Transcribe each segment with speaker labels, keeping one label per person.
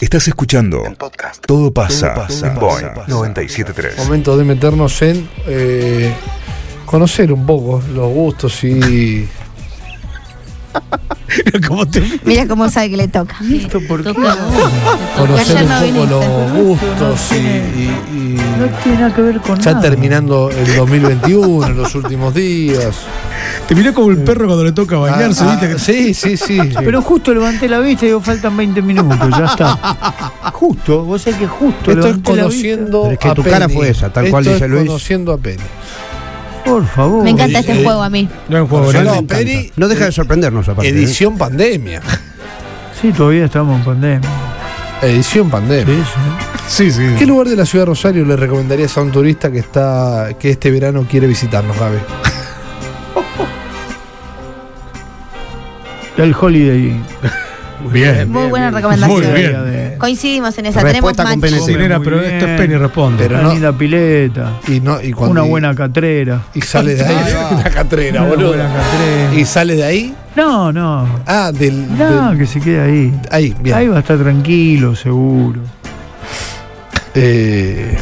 Speaker 1: Estás escuchando
Speaker 2: En podcast.
Speaker 1: Todo pasa, en Boeing
Speaker 2: pasa.
Speaker 1: 973.
Speaker 3: Momento de meternos en eh, conocer un poco los gustos y.
Speaker 4: ¿Cómo te-
Speaker 5: Mira cómo sabe que le toca.
Speaker 3: ¿Esto por qué?
Speaker 6: Toca a vos.
Speaker 3: Conocer
Speaker 5: Ayer
Speaker 3: un
Speaker 5: no
Speaker 3: poco
Speaker 5: viniste,
Speaker 3: los
Speaker 5: ¿no?
Speaker 3: gustos y. y- y-
Speaker 6: tiene nada que ver con
Speaker 3: ya terminando el 2021, en los últimos días.
Speaker 4: Te miró como el perro cuando le toca bañarse,
Speaker 3: Ah,
Speaker 4: ¿viste?
Speaker 3: ah, sí, sí, sí.
Speaker 6: Pero justo levanté la vista y digo, faltan 20 minutos, ya está. Justo, vos sabés que
Speaker 3: Esto
Speaker 6: justo
Speaker 3: es
Speaker 6: levanté la
Speaker 3: conociendo
Speaker 7: Pero es que
Speaker 3: a
Speaker 7: tu cara
Speaker 3: Penny.
Speaker 7: fue esa, tal
Speaker 3: Esto
Speaker 7: cual
Speaker 3: es
Speaker 7: dice Luis.
Speaker 3: Conociendo a Penny.
Speaker 6: vista. Por favor.
Speaker 5: Me encanta este
Speaker 3: eh,
Speaker 5: juego a mí.
Speaker 4: No es un juego,
Speaker 3: Pero
Speaker 4: ¿no?
Speaker 3: no,
Speaker 7: encanta.
Speaker 3: Peri-
Speaker 7: No deja de sorprendernos, aparte. ¿eh?
Speaker 3: Edición pandemia.
Speaker 6: Sí, todavía estamos en pandemia.
Speaker 3: Edición pandemia.
Speaker 6: Sí, sí.
Speaker 4: Sí, sí.
Speaker 3: ¿Qué lugar de la ciudad de Rosario le recomendarías a un turista que está que este verano quiere visitarnos, Gaby?
Speaker 6: El holiday.
Speaker 4: Bien.
Speaker 5: Muy buena
Speaker 4: Muy
Speaker 5: recomendación.
Speaker 4: bien.
Speaker 6: De-
Speaker 5: Coincidimos en esa.
Speaker 7: Respuesta
Speaker 5: Tenemos match.
Speaker 7: compenetrada.
Speaker 4: Sí, nena,
Speaker 6: Muy
Speaker 4: pero
Speaker 6: bien.
Speaker 4: esto es Penny responde.
Speaker 3: Pero
Speaker 6: una
Speaker 3: no-
Speaker 6: linda pileta.
Speaker 3: Y no y cuando
Speaker 6: Una buena catrera.
Speaker 3: y sale de ahí una catrera,
Speaker 6: una
Speaker 3: boludo.
Speaker 6: buena catrera.
Speaker 3: Y sale de ahí,
Speaker 6: No, no.
Speaker 3: ah, del,
Speaker 6: No,
Speaker 3: del-
Speaker 6: que se quede ahí.
Speaker 3: ahí, bien.
Speaker 6: Ahí va a estar tranquilo, seguro.
Speaker 3: Eh,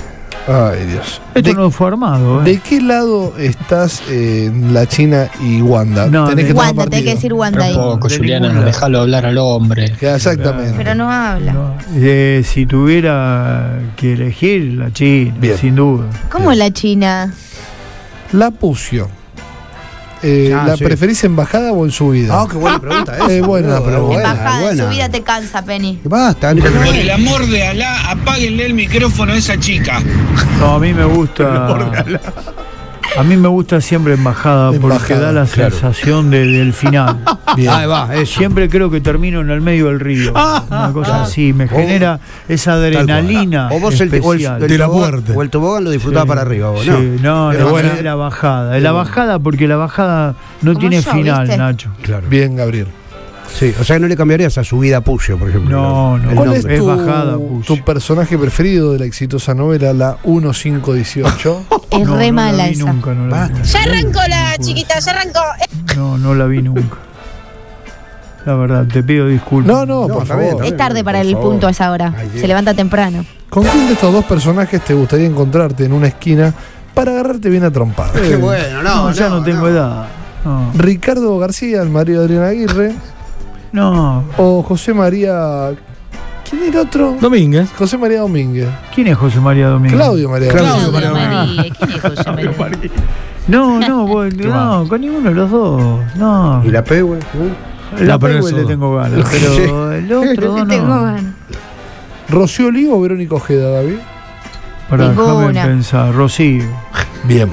Speaker 3: ay, Dios.
Speaker 6: Esto
Speaker 3: ¿De,
Speaker 6: no fue armado, ¿eh?
Speaker 3: de qué lado estás eh, en la China y Wanda?
Speaker 6: No, de-
Speaker 3: tomar
Speaker 5: Wanda, tenés que
Speaker 3: partido.
Speaker 5: decir Wanda ahí.
Speaker 8: Poco,
Speaker 6: de ningún
Speaker 8: Juliana,
Speaker 6: lado.
Speaker 8: déjalo hablar al hombre.
Speaker 3: Que Exactamente.
Speaker 5: Pero no habla.
Speaker 6: No, eh, si tuviera que elegir la China,
Speaker 3: Bien.
Speaker 6: sin duda.
Speaker 5: ¿Cómo la China?
Speaker 3: La pucio. Eh,
Speaker 7: Ah,
Speaker 3: ¿La
Speaker 7: sí.
Speaker 3: preferís en bajada o en subida?
Speaker 7: Ah, qué buena pregunta esa,
Speaker 3: Eh, buena,
Speaker 7: boludo,
Speaker 3: pero
Speaker 7: buena,
Speaker 5: en bajada,
Speaker 7: buena.
Speaker 5: en subida te cansa, Penny.
Speaker 7: Basta, no-
Speaker 9: Por el amor de Alá, apáguenle el micrófono a esa chica.
Speaker 6: No, a mí me gusta. A mí me gusta siempre embajada
Speaker 3: En
Speaker 6: porque
Speaker 3: bajada,
Speaker 6: da la sensación de- del final.
Speaker 3: Bien.
Speaker 7: Ahí va, eso.
Speaker 6: Siempre creo que termino en el medio del río. Una cosa así, me genera esa
Speaker 7: Tal cual.
Speaker 6: adrenalina.
Speaker 7: O vos el, o el-
Speaker 6: especial.
Speaker 7: el
Speaker 4: De la
Speaker 7: tobogán-
Speaker 4: muerte.
Speaker 7: O el tobogán lo disfrutaba
Speaker 6: Sí.
Speaker 7: para arriba, vos,
Speaker 6: Sí,
Speaker 7: ¿no?
Speaker 6: no,
Speaker 7: Pero
Speaker 6: no,
Speaker 7: bueno.
Speaker 6: es la bajada. Es la bajada porque la bajada no
Speaker 5: Como
Speaker 6: tiene
Speaker 5: yo,
Speaker 6: final,
Speaker 5: ¿viste?
Speaker 6: Nacho.
Speaker 7: Claro.
Speaker 3: Bien, Gabriel.
Speaker 7: Sí, o sea que no le cambiarías a subida a Puyo, por ejemplo.
Speaker 6: No, no.
Speaker 7: El
Speaker 3: ¿Cuál es
Speaker 7: nombre.
Speaker 6: Es
Speaker 3: tu,
Speaker 6: bajada, Puyo.
Speaker 3: tu personaje preferido de la exitosa novela, la 1518?
Speaker 5: Es
Speaker 6: No,
Speaker 5: re
Speaker 6: no la
Speaker 5: mala
Speaker 6: vi
Speaker 5: esa.
Speaker 6: nunca, no la vi
Speaker 7: Basta.
Speaker 6: nunca.
Speaker 10: Ya arrancó la chiquita, ya arrancó.
Speaker 6: No, no la vi nunca. La verdad, te pido disculpas.
Speaker 3: no, no,
Speaker 7: No,
Speaker 3: por
Speaker 7: está bien,
Speaker 3: favor.
Speaker 7: está bien.
Speaker 5: Es tarde para
Speaker 7: Por
Speaker 5: el
Speaker 7: favor.
Speaker 5: punto a esa hora.
Speaker 7: Ay,
Speaker 5: Se levanta temprano.
Speaker 3: ¿Con quién de estos dos personajes te gustaría encontrarte en una esquina para agarrarte bien a trompada?
Speaker 7: Qué bueno, no.
Speaker 6: No, ya no, tengo edad. No,
Speaker 3: Ricardo García, el marido de Adriana Aguirre,
Speaker 6: no.
Speaker 3: o José María... ¿Quién era otro?
Speaker 4: Domínguez.
Speaker 3: José María Domínguez.
Speaker 6: ¿Quién es José María Domínguez?
Speaker 3: Claudio María Domínguez.
Speaker 4: Claudio María
Speaker 10: ¿Quién es José María?
Speaker 6: No, no, bueno, no, con ninguno de los dos. No.
Speaker 7: ¿Y la P, güey?
Speaker 6: La
Speaker 4: No, pero
Speaker 6: Pehue
Speaker 4: eso-
Speaker 6: le tengo ganas, pero el otro dos no.
Speaker 3: Rocío Olivo o Verónica Ojeda, David.
Speaker 6: Para déjame
Speaker 5: Ninguna.
Speaker 6: pensar, Rocío.
Speaker 3: Bien.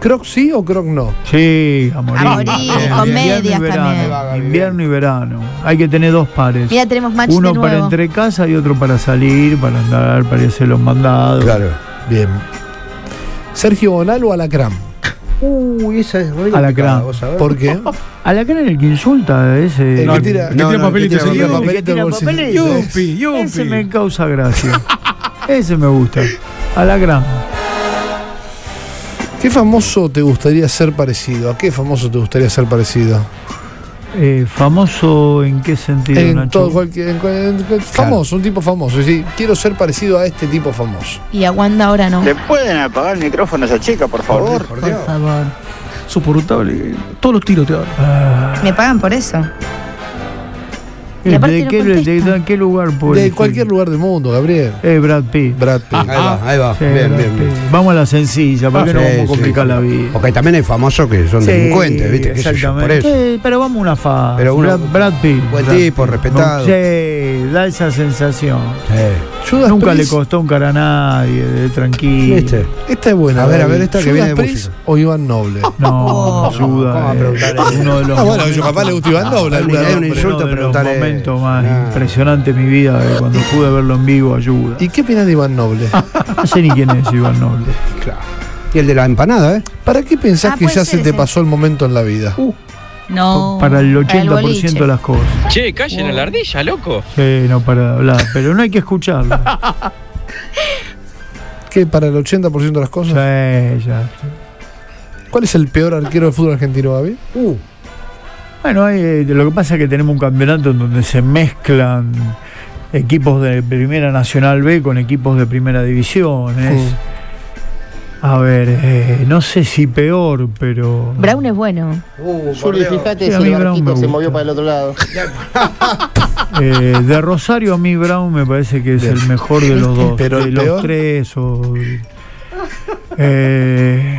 Speaker 3: ¿Croc sí o Croc no?
Speaker 6: Sí, a morir.
Speaker 5: A morir, con medias también.
Speaker 6: también. Invierno y verano. Hay que tener dos pares.
Speaker 5: Mira, tenemos match
Speaker 6: Uno
Speaker 5: de
Speaker 6: para
Speaker 5: nuevo.
Speaker 6: entre casa y otro para salir, para andar, para irse los mandados.
Speaker 7: Claro.
Speaker 3: Bien. Sergio Bonal o Alacrán.
Speaker 7: Uy, esa es re
Speaker 6: Alacrán.
Speaker 7: complicada, vos sabés.
Speaker 3: ¿Por qué?
Speaker 6: A la cara en el que insulta ese.
Speaker 3: El
Speaker 4: No,
Speaker 3: que tira-
Speaker 4: el que
Speaker 7: no,
Speaker 4: tira
Speaker 7: no,
Speaker 4: papel y
Speaker 7: el que
Speaker 4: te
Speaker 7: tira
Speaker 4: seguido.
Speaker 7: papel.
Speaker 3: papelito
Speaker 6: tira
Speaker 3: en el bolsillo.
Speaker 6: papelito.
Speaker 4: Yupi,
Speaker 6: Ese me
Speaker 4: yupi.
Speaker 6: causa gracia. Ese me gusta. A la gran.
Speaker 3: ¿Qué famoso te gustaría ser parecido? ¿A qué famoso te gustaría ser parecido?
Speaker 6: Eh, ¿Famoso en qué sentido,
Speaker 3: En
Speaker 6: Nacho?
Speaker 3: todo cualquier. en cual- en cual- Famoso, un tipo famoso. Es decir, quiero ser parecido a este tipo famoso.
Speaker 5: Y a Wanda ahora no.
Speaker 9: ¿Le pueden apagar el micrófono a esa chica, por
Speaker 7: Por
Speaker 9: favor?
Speaker 7: Dios, por Dios.
Speaker 6: favor.
Speaker 4: Soportable. Todos los tiros te dan.
Speaker 5: Me pagan por eso. Y
Speaker 6: Eh,
Speaker 5: aparte
Speaker 6: ¿De,
Speaker 5: no
Speaker 6: qué, de-
Speaker 5: contesta.
Speaker 6: de qué lugar puede
Speaker 3: De
Speaker 6: ser?
Speaker 3: cualquier lugar del mundo, Gabriel. Ah,
Speaker 6: Eh, Brad Pitt.
Speaker 3: Brad Pitt.
Speaker 7: Ahí
Speaker 4: Ah.
Speaker 7: va, ahí va.
Speaker 6: Sí,
Speaker 7: Bien,
Speaker 6: Brad
Speaker 7: bien, bien. Ah,
Speaker 6: Pitt. Vamos a la sencilla, porque no
Speaker 7: Sí,
Speaker 6: vamos a
Speaker 7: sí,
Speaker 6: complicar
Speaker 7: sí.
Speaker 6: la vida.
Speaker 7: Porque también hay famosos que son
Speaker 6: Sí,
Speaker 7: delincuentes, ¿viste? Qué sé yo, por
Speaker 6: exactamente.
Speaker 7: eso.
Speaker 6: Eh, pero vamos a una fase.
Speaker 7: Pero uno-
Speaker 6: Brad, Brad Pitt.
Speaker 7: Buen
Speaker 6: Brad
Speaker 7: tipo,
Speaker 6: Pitt.
Speaker 7: respetado.
Speaker 6: Sí, da esa sensación.
Speaker 7: Sí.
Speaker 3: Judas
Speaker 6: Nunca
Speaker 3: Priest.
Speaker 6: le costó un cara a nadie, de tranquilo.
Speaker 7: ¿Viste?
Speaker 3: Esta es buena.
Speaker 7: A ver, a
Speaker 3: Gaby.
Speaker 7: ver, esta que
Speaker 3: Judas
Speaker 7: viene de
Speaker 3: Priest
Speaker 7: música. Ah.
Speaker 3: o Iván Noble.
Speaker 6: No,
Speaker 7: ¿Cómo
Speaker 6: ayuda.
Speaker 7: va a preguntar eso?
Speaker 6: uno de los
Speaker 3: Ah, bueno, yo capaz le gusta Iván Noble.
Speaker 7: hay un-
Speaker 3: alguna
Speaker 7: hay un
Speaker 3: nombre.
Speaker 7: insulto.
Speaker 6: uno de los
Speaker 7: preguntarle-
Speaker 6: momentos más
Speaker 7: Ah.
Speaker 6: impresionantes de mi vida, eh, cuando pude verlo en vivo, ayuda.
Speaker 3: ¿Y qué opinas de Iván Noble?
Speaker 7: Ah.
Speaker 6: No sé ni quién es Iván Noble.
Speaker 7: Claro. Y el de la empanada, ¿eh?
Speaker 3: ¿Para qué pensás
Speaker 5: Ah,
Speaker 3: que
Speaker 5: puede
Speaker 3: ya
Speaker 5: ser
Speaker 3: se te
Speaker 5: ese.
Speaker 3: pasó el momento en la vida?
Speaker 7: Uh.
Speaker 10: No.
Speaker 6: Oh, Para el 80%
Speaker 5: boliche.
Speaker 6: de las cosas.
Speaker 9: Che, callen a la ardilla, loco.
Speaker 6: Sí, no para de hablar, pero no hay que escucharlo.
Speaker 3: ¿Qué? ¿Para el 80% de las cosas?
Speaker 6: Sí, ya.
Speaker 3: ¿Cuál es el peor arquero del fútbol argentino, Gaby?
Speaker 6: eh, Bueno, hay- lo que pasa es que tenemos un campeonato en donde se mezclan equipos de Primera Nacional B con equipos de Primera División. es-
Speaker 3: Sí.
Speaker 6: A ver, eh, no sé si peor, pero.
Speaker 5: Brown es bueno.
Speaker 2: Juli, fíjate
Speaker 6: Sí, a
Speaker 2: si
Speaker 6: mí
Speaker 2: el
Speaker 6: Brown
Speaker 2: barquito
Speaker 6: me
Speaker 2: se
Speaker 6: gusta.
Speaker 2: movió para el otro lado.
Speaker 6: Eh, de Rosario a mí Brown me parece que es
Speaker 3: Bien.
Speaker 6: el mejor de los dos.
Speaker 3: Pero
Speaker 6: de
Speaker 3: el
Speaker 6: los
Speaker 3: peor.
Speaker 6: tres o. Eh,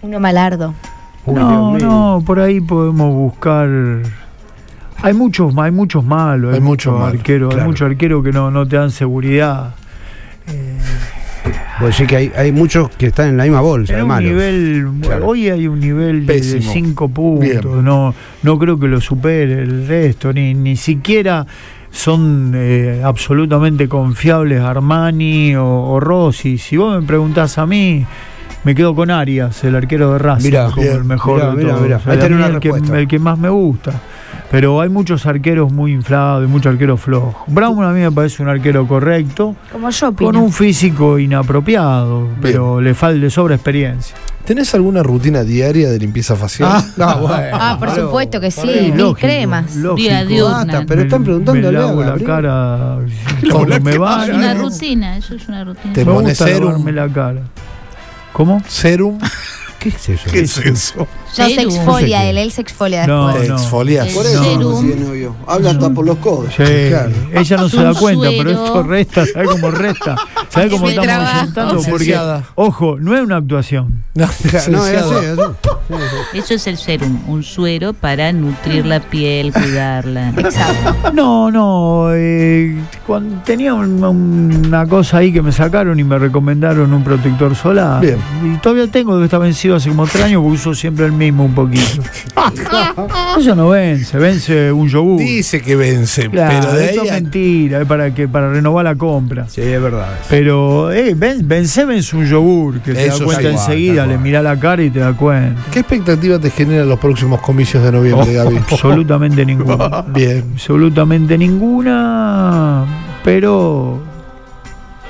Speaker 5: Uno malardo.
Speaker 7: Uy,
Speaker 6: no,
Speaker 7: Dios mío.
Speaker 6: no, por ahí podemos buscar. Hay muchos, hay muchos malos, hay,
Speaker 3: Hay muchos
Speaker 6: muchos
Speaker 3: malos,
Speaker 6: arqueros,
Speaker 3: claro.
Speaker 6: hay muchos arqueros que no, no te dan seguridad.
Speaker 7: Vos decís que hay, hay muchos que están en la misma bolsa,
Speaker 6: Era
Speaker 7: de
Speaker 6: un
Speaker 7: malos.
Speaker 6: nivel,
Speaker 7: Claro.
Speaker 6: hoy hay un nivel de- de
Speaker 3: Pésimo.
Speaker 6: 5 puntos,
Speaker 3: Bien.
Speaker 6: no, no creo que lo supere el resto, ni, ni siquiera son eh, absolutamente confiables Armani o, o Rossi. Si vos me preguntás a mí, me quedo con Arias, el arquero de Racing,
Speaker 7: Mirá,
Speaker 6: como el
Speaker 3: bien,
Speaker 6: mejor
Speaker 7: mirá,
Speaker 6: de
Speaker 7: mirá,
Speaker 6: todos.
Speaker 7: mirá.
Speaker 6: O sea,
Speaker 7: Ahí
Speaker 6: a
Speaker 7: tenés
Speaker 6: mí
Speaker 7: una
Speaker 6: el que-
Speaker 7: respuesta.
Speaker 6: el que más me gusta. Pero hay muchos arqueros muy inflados y muchos arqueros flojos. Brown a mí me parece un arquero correcto,
Speaker 5: Como yo,
Speaker 6: con
Speaker 5: opino.
Speaker 6: un físico inapropiado, pero le falta de sobra experiencia.
Speaker 3: ¿Tenés alguna rutina diaria de limpieza facial?
Speaker 7: No, bueno.
Speaker 5: Ah, por supuesto que
Speaker 6: Pará,
Speaker 5: sí. Mil
Speaker 6: lógico,
Speaker 5: cremas.
Speaker 6: lógico.
Speaker 10: Vida diurna.
Speaker 7: Basta, pero están preguntando
Speaker 6: Me lavo la
Speaker 7: Gabriel.
Speaker 6: cara cuando me
Speaker 10: Es
Speaker 6: baño.
Speaker 10: una
Speaker 6: Me
Speaker 10: rutina, eso es una rutina.
Speaker 3: Te-
Speaker 6: gusta
Speaker 3: Pones serum.
Speaker 6: lavarme la cara. ¿Cómo?
Speaker 3: Serum.
Speaker 7: ¿Qué es eso?
Speaker 3: ¿Qué es eso?
Speaker 5: No se
Speaker 10: Serum.
Speaker 5: exfolia él, él se exfolia
Speaker 6: No,
Speaker 5: después.
Speaker 3: Te
Speaker 6: no.
Speaker 3: exfolias.
Speaker 10: Por
Speaker 6: eso No.
Speaker 10: recién es
Speaker 7: novio. Habla hasta por los codos.
Speaker 6: Sí, Ella no se da
Speaker 10: Un
Speaker 6: cuenta, pero
Speaker 10: suero.
Speaker 6: esto resta, ¿sabe cómo resta? ¿Sabe cómo
Speaker 10: Es mi
Speaker 6: estamos
Speaker 10: trabajo.
Speaker 6: presentando? Porque,
Speaker 3: Licenciada.
Speaker 6: ojo, no es una actuación.
Speaker 3: No,
Speaker 7: No, es
Speaker 3: licenciado.
Speaker 7: así, es así.
Speaker 10: Eso es el serum, un suero para nutrir la piel, cuidarla.
Speaker 6: No, no. eh, cuando tenía un- una cosa ahí que me sacaron y me recomendaron un protector solar.
Speaker 3: Bien.
Speaker 6: Y todavía tengo, que está vencido hace como tres años, porque uso siempre el mismo un poquito. Eso no vence, vence un yogur.
Speaker 3: Dice que vence,
Speaker 6: Claro,
Speaker 3: pero de
Speaker 6: esto
Speaker 3: ahí
Speaker 6: es
Speaker 3: a-
Speaker 6: mentira, es para, que, para renovar la compra.
Speaker 7: Sí, es verdad.
Speaker 6: Pero, eh, ven, vence, vence un yogur, que te
Speaker 3: Eso
Speaker 6: da
Speaker 3: sí,
Speaker 6: cuenta
Speaker 7: igual,
Speaker 6: enseguida,
Speaker 7: tal
Speaker 6: le
Speaker 7: cual.
Speaker 6: mira la cara y te da cuenta.
Speaker 3: ¿Qué expectativa te generan los próximos comicios de noviembre,
Speaker 6: Oh,
Speaker 3: Gaby?
Speaker 6: Absolutamente ninguna.
Speaker 3: Bien.
Speaker 6: absolutamente ninguna, pero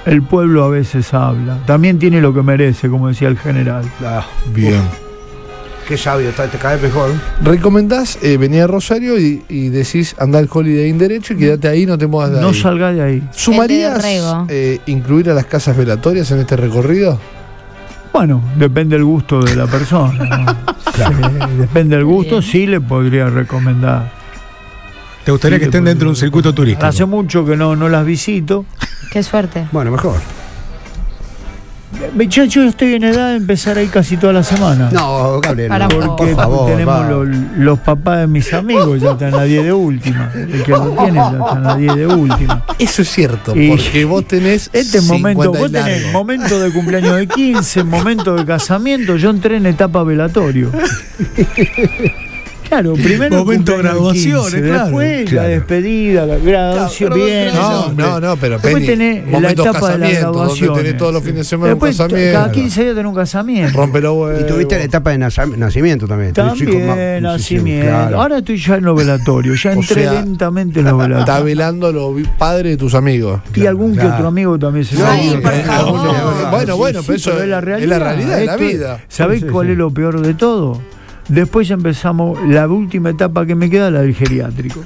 Speaker 6: el pueblo a veces habla. También tiene lo que merece, como decía el general.
Speaker 7: Ah,
Speaker 3: Bien.
Speaker 7: qué sabio, está, te cae mejor.
Speaker 3: Recomendás eh, venir a Rosario y, y decís andar al Holiday Inn derecho y quédate ahí, no te muevas de
Speaker 6: No
Speaker 3: ahí.
Speaker 6: salga de ahí.
Speaker 5: El
Speaker 3: ¿Sumarías
Speaker 5: de Rego.
Speaker 3: eh, incluir a las casas velatorias en este recorrido?
Speaker 6: Bueno, depende el gusto de la persona. ¿no? Sí, depende el gusto,
Speaker 10: Bien.
Speaker 6: sí le podría recomendar.
Speaker 4: ¿Te gustaría
Speaker 6: Sí,
Speaker 4: que estén
Speaker 6: porque-
Speaker 4: dentro de un circuito turístico?
Speaker 6: Hace mucho que no, no las visito.
Speaker 5: Qué suerte.
Speaker 7: Bueno, mejor.
Speaker 6: Eh, Yo, yo estoy en edad de empezar ahí casi toda la semana.
Speaker 7: No, Gabriel.
Speaker 5: Para
Speaker 7: por,
Speaker 5: vos.
Speaker 7: por
Speaker 6: Que
Speaker 7: favor.
Speaker 6: tenemos
Speaker 7: va.
Speaker 6: lo- los papás de mis amigos, ya están a 10 de última. El que lo tiene ya están a 10 de última.
Speaker 3: Eso es cierto,
Speaker 6: Y-
Speaker 3: porque vos tenés.
Speaker 6: Este momento,
Speaker 3: 50 y
Speaker 6: vos tenés
Speaker 3: largo.
Speaker 6: momento de cumpleaños de 15, momento de casamiento, yo entré en etapa velatorio. Claro, primero el
Speaker 4: Momento
Speaker 6: cumpleaños de
Speaker 4: graduaciones, claro.
Speaker 6: Después
Speaker 7: Claro.
Speaker 6: la despedida, la graduación, bien.
Speaker 3: No,
Speaker 6: hombre.
Speaker 3: no, no, pero
Speaker 6: Después
Speaker 3: Penny,
Speaker 6: tenés la
Speaker 3: momentos
Speaker 6: etapa de la
Speaker 3: casamientos,
Speaker 6: graduación.
Speaker 3: donde tenés todos los fines de semana
Speaker 6: Después eh,
Speaker 3: un casamiento.
Speaker 6: cada 15 días tenés un casamiento.
Speaker 3: Rompe los huevos.
Speaker 7: Y tuviste la etapa de naza- nacimiento también. tu chico más- sí, sí,
Speaker 6: También, nacimiento.
Speaker 7: claro.
Speaker 6: Ahora estoy ya en los velatorios, ya
Speaker 3: O
Speaker 6: entré
Speaker 3: sea,
Speaker 6: lentamente en los
Speaker 3: Está
Speaker 6: velatorios.
Speaker 3: velando los vi- padres de tus amigos.
Speaker 6: Y algún que
Speaker 7: claro.
Speaker 6: otro amigo también se
Speaker 7: No,
Speaker 5: Ay,
Speaker 6: me-
Speaker 5: por
Speaker 6: Eh,
Speaker 5: favor.
Speaker 7: no,
Speaker 3: Bueno, bueno,
Speaker 6: Sí,
Speaker 3: pero
Speaker 6: sí,
Speaker 3: eso es la realidad, de la
Speaker 6: Esto es-
Speaker 3: vida.
Speaker 6: ¿Sabés
Speaker 7: Sí, sí,
Speaker 6: cuál
Speaker 7: sí.
Speaker 6: es lo peor de todo? Después ya empezamos, la última etapa que me queda, la del geriátrico.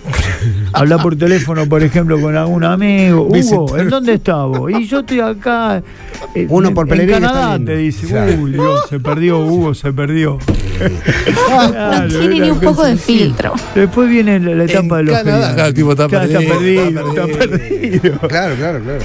Speaker 6: Hablar por teléfono, por ejemplo, con algún amigo. Hugo, ¿en dónde estás vos? Y yo estoy acá. eh,
Speaker 7: Uno por
Speaker 6: En
Speaker 7: Pellegrini
Speaker 6: Canadá
Speaker 7: está bien.
Speaker 6: te dice,
Speaker 7: Claro.
Speaker 6: uy, Dios, se perdió, Hugo, se perdió.
Speaker 5: No
Speaker 6: Claro,
Speaker 5: tiene
Speaker 6: era
Speaker 5: ni un
Speaker 6: cosa
Speaker 5: poco de
Speaker 6: así.
Speaker 5: filtro.
Speaker 6: Después viene la, la etapa de
Speaker 3: en
Speaker 6: los
Speaker 3: Canadá,
Speaker 6: geriátricos.
Speaker 3: claro, el tipo está
Speaker 6: Claro,
Speaker 3: perdido.
Speaker 6: está perdido,
Speaker 3: está
Speaker 6: está perdido.
Speaker 7: Claro, claro, claro.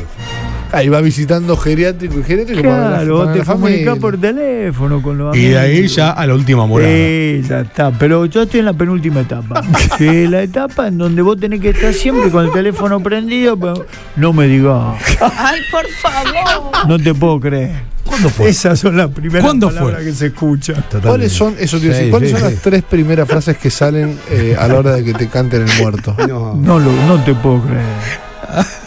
Speaker 3: Ahí va visitando geriátrico y geriátrico para la,
Speaker 6: Claro,
Speaker 3: para
Speaker 6: vos te
Speaker 3: la familia.
Speaker 6: comunicás por teléfono con los
Speaker 4: Y
Speaker 6: amigos.
Speaker 4: de ahí ya a la última morada.
Speaker 6: Sí, ya está. Pero yo estoy en la penúltima etapa. Que es la etapa en donde vos tenés que estar siempre con el teléfono prendido. pero no me digas.
Speaker 5: Ay, por favor.
Speaker 6: No te puedo creer. ¿Cuándo
Speaker 4: fue?
Speaker 6: Esas son las primeras
Speaker 4: ¿Cuándo
Speaker 6: palabras
Speaker 4: fue?
Speaker 6: que se escuchan.
Speaker 7: Totalmente.
Speaker 3: ¿Cuáles son, eso te iba a decir,
Speaker 7: Sí,
Speaker 3: ¿cuáles
Speaker 7: sí,
Speaker 3: son
Speaker 7: sí.
Speaker 3: las tres primeras frases que salen eh, a la hora de que te canten el muerto?
Speaker 7: No.
Speaker 6: No, lo, no te puedo creer.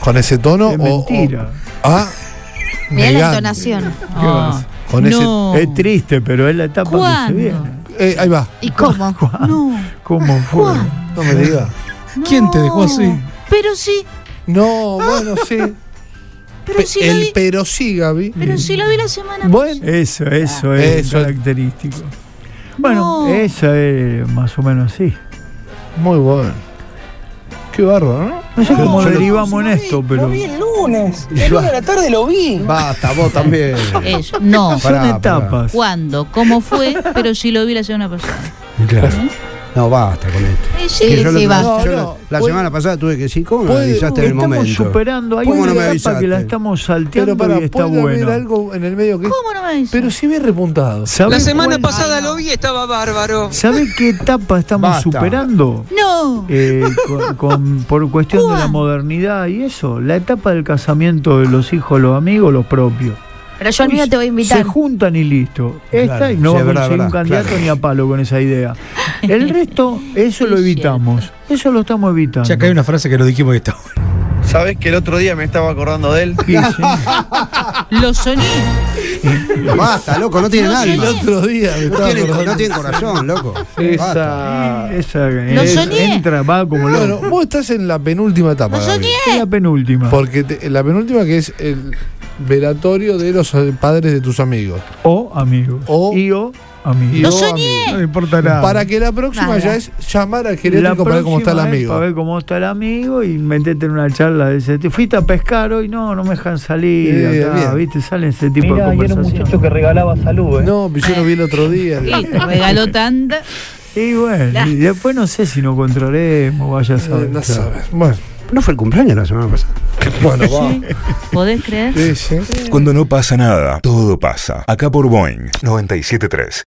Speaker 3: ¿Con ese tono
Speaker 6: es
Speaker 3: o- o.?
Speaker 6: mentira.
Speaker 3: Ah,
Speaker 5: Mirá la
Speaker 3: negando.
Speaker 5: entonación.
Speaker 10: Ah,
Speaker 3: Con ese-
Speaker 10: no.
Speaker 6: Es triste, pero es la etapa que se
Speaker 10: ¿Cuándo?
Speaker 6: viene.
Speaker 3: Eh, ahí va,
Speaker 5: ¿Y cómo?
Speaker 10: No,
Speaker 6: ¿Cómo fue?
Speaker 3: no me digas.
Speaker 4: ¿Quién te dejó
Speaker 10: no.
Speaker 4: así?
Speaker 10: Pero sí,
Speaker 3: No, bueno, sí.
Speaker 10: pero
Speaker 3: Pe-
Speaker 10: sí lo
Speaker 3: el
Speaker 10: vi,
Speaker 3: pero sí, Gaby.
Speaker 10: pero sí lo vi la semana
Speaker 3: Bueno,
Speaker 6: Eso, eso es
Speaker 3: Eso es.
Speaker 6: característico. Bueno,
Speaker 10: No.
Speaker 6: esa es más o menos así.
Speaker 3: muy bueno. Qué bárbaro, ¿no?
Speaker 6: No sé cómo
Speaker 3: yo lo-
Speaker 6: derivamos en esto, pero.
Speaker 9: lunes.
Speaker 7: El lunes a la
Speaker 9: tarde lo vi.
Speaker 7: Basta, vos también.
Speaker 10: Eso, no.
Speaker 6: Son
Speaker 7: Ah, Pará,
Speaker 6: etapas.
Speaker 10: ¿Cuándo? ¿Cómo fue? Pero si lo vi la semana pasada.
Speaker 4: Claro.
Speaker 7: No, basta con esto.
Speaker 10: Eh,
Speaker 7: Que
Speaker 10: sí,
Speaker 7: yo la
Speaker 10: sí,
Speaker 7: semana-
Speaker 10: va.
Speaker 7: yo
Speaker 3: No,
Speaker 7: la-
Speaker 3: no,
Speaker 7: la
Speaker 3: puede-
Speaker 7: semana pasada tuve que decir, ¿cómo no
Speaker 3: puede-
Speaker 7: avisaste en el
Speaker 6: Estamos
Speaker 7: momento?
Speaker 6: superando. Hay
Speaker 7: ¿Cómo
Speaker 6: una
Speaker 7: no me
Speaker 6: etapa
Speaker 7: avisaste?
Speaker 6: que la estamos
Speaker 3: Pero
Speaker 6: salteando
Speaker 3: para,
Speaker 6: y está
Speaker 3: puede haber
Speaker 6: bueno.
Speaker 3: algo en el medio que.
Speaker 10: ¿Cómo no me avisó?
Speaker 3: Pero sí ve repuntado.
Speaker 6: ¿Sabés
Speaker 9: La semana
Speaker 6: cuál-
Speaker 9: pasada lo vi, estaba bárbaro.
Speaker 6: ¿Sabés qué etapa estamos
Speaker 7: Basta.
Speaker 6: superando?
Speaker 10: No.
Speaker 6: Eh, con- con- por cuestión de la
Speaker 10: Juan.
Speaker 6: modernidad y eso, la etapa del casamiento de los hijos, los amigos, los propios.
Speaker 5: Pero yo al mío te voy a
Speaker 6: Se
Speaker 5: invitar.
Speaker 6: juntan y listo. Esta
Speaker 7: Claro,
Speaker 6: y no
Speaker 7: sí,
Speaker 6: va a
Speaker 7: es verdad,
Speaker 6: conseguir un
Speaker 7: verdad,
Speaker 6: candidato
Speaker 7: claro.
Speaker 6: ni a palo con esa idea. El resto, eso lo
Speaker 10: Es
Speaker 6: evitamos. Eso lo estamos evitando.
Speaker 4: Ya acá hay una frase que lo dijimos y está.
Speaker 2: ¿Sabés que el otro día me estaba acordando de él?
Speaker 6: Sí, sí.
Speaker 10: Lo soñé.
Speaker 7: Basta, loco, no tienen
Speaker 10: No,
Speaker 7: alma.
Speaker 3: El otro día me
Speaker 7: No
Speaker 3: estaba
Speaker 7: tienen,
Speaker 3: acordando.
Speaker 7: no tienen corazón, loco.
Speaker 3: Esa.
Speaker 7: Basta.
Speaker 6: Esa,
Speaker 10: Lo
Speaker 6: es-
Speaker 10: soñé.
Speaker 6: entra, va como lo.
Speaker 3: Bueno, vos estás en la penúltima etapa.
Speaker 10: Lo
Speaker 3: Gabriel.
Speaker 10: soñé.
Speaker 6: es la penúltima.
Speaker 3: Porque te- la penúltima que es el velatorio de los eh, padres de tus amigos.
Speaker 6: O amigos.
Speaker 3: O-
Speaker 6: y o
Speaker 3: Y
Speaker 6: amigos.
Speaker 10: Lo
Speaker 3: vos,
Speaker 10: soñé.
Speaker 3: amigo.
Speaker 4: No importa nada.
Speaker 3: Para que la próxima
Speaker 5: Nada.
Speaker 3: ya es llamar al
Speaker 6: La
Speaker 3: geriátrico para ver cómo está el
Speaker 6: próxima es
Speaker 3: amigo.
Speaker 6: Para ver cómo está el amigo y metete en una charla de ese tipo. Fuiste a pescar hoy, no, no me dejan salir.
Speaker 3: Eh,
Speaker 6: de acá,
Speaker 3: bien.
Speaker 6: ¿viste? Sale ese tipo de conversación.
Speaker 2: que regalaba salud,
Speaker 3: No, pero yo lo vi el otro día.
Speaker 10: Sí, te regaló tanta.
Speaker 6: Y bueno, y después no sé si nos encontraremos, vaya a
Speaker 3: Eh,
Speaker 6: saber.
Speaker 3: no sabes. Bueno,
Speaker 7: No fue el cumpleaños la semana pasada.
Speaker 3: bueno, va.
Speaker 10: ¿Podés creer?
Speaker 3: Sí, sí.
Speaker 1: Cuando no pasa nada, todo pasa. Acá por Boeing 973.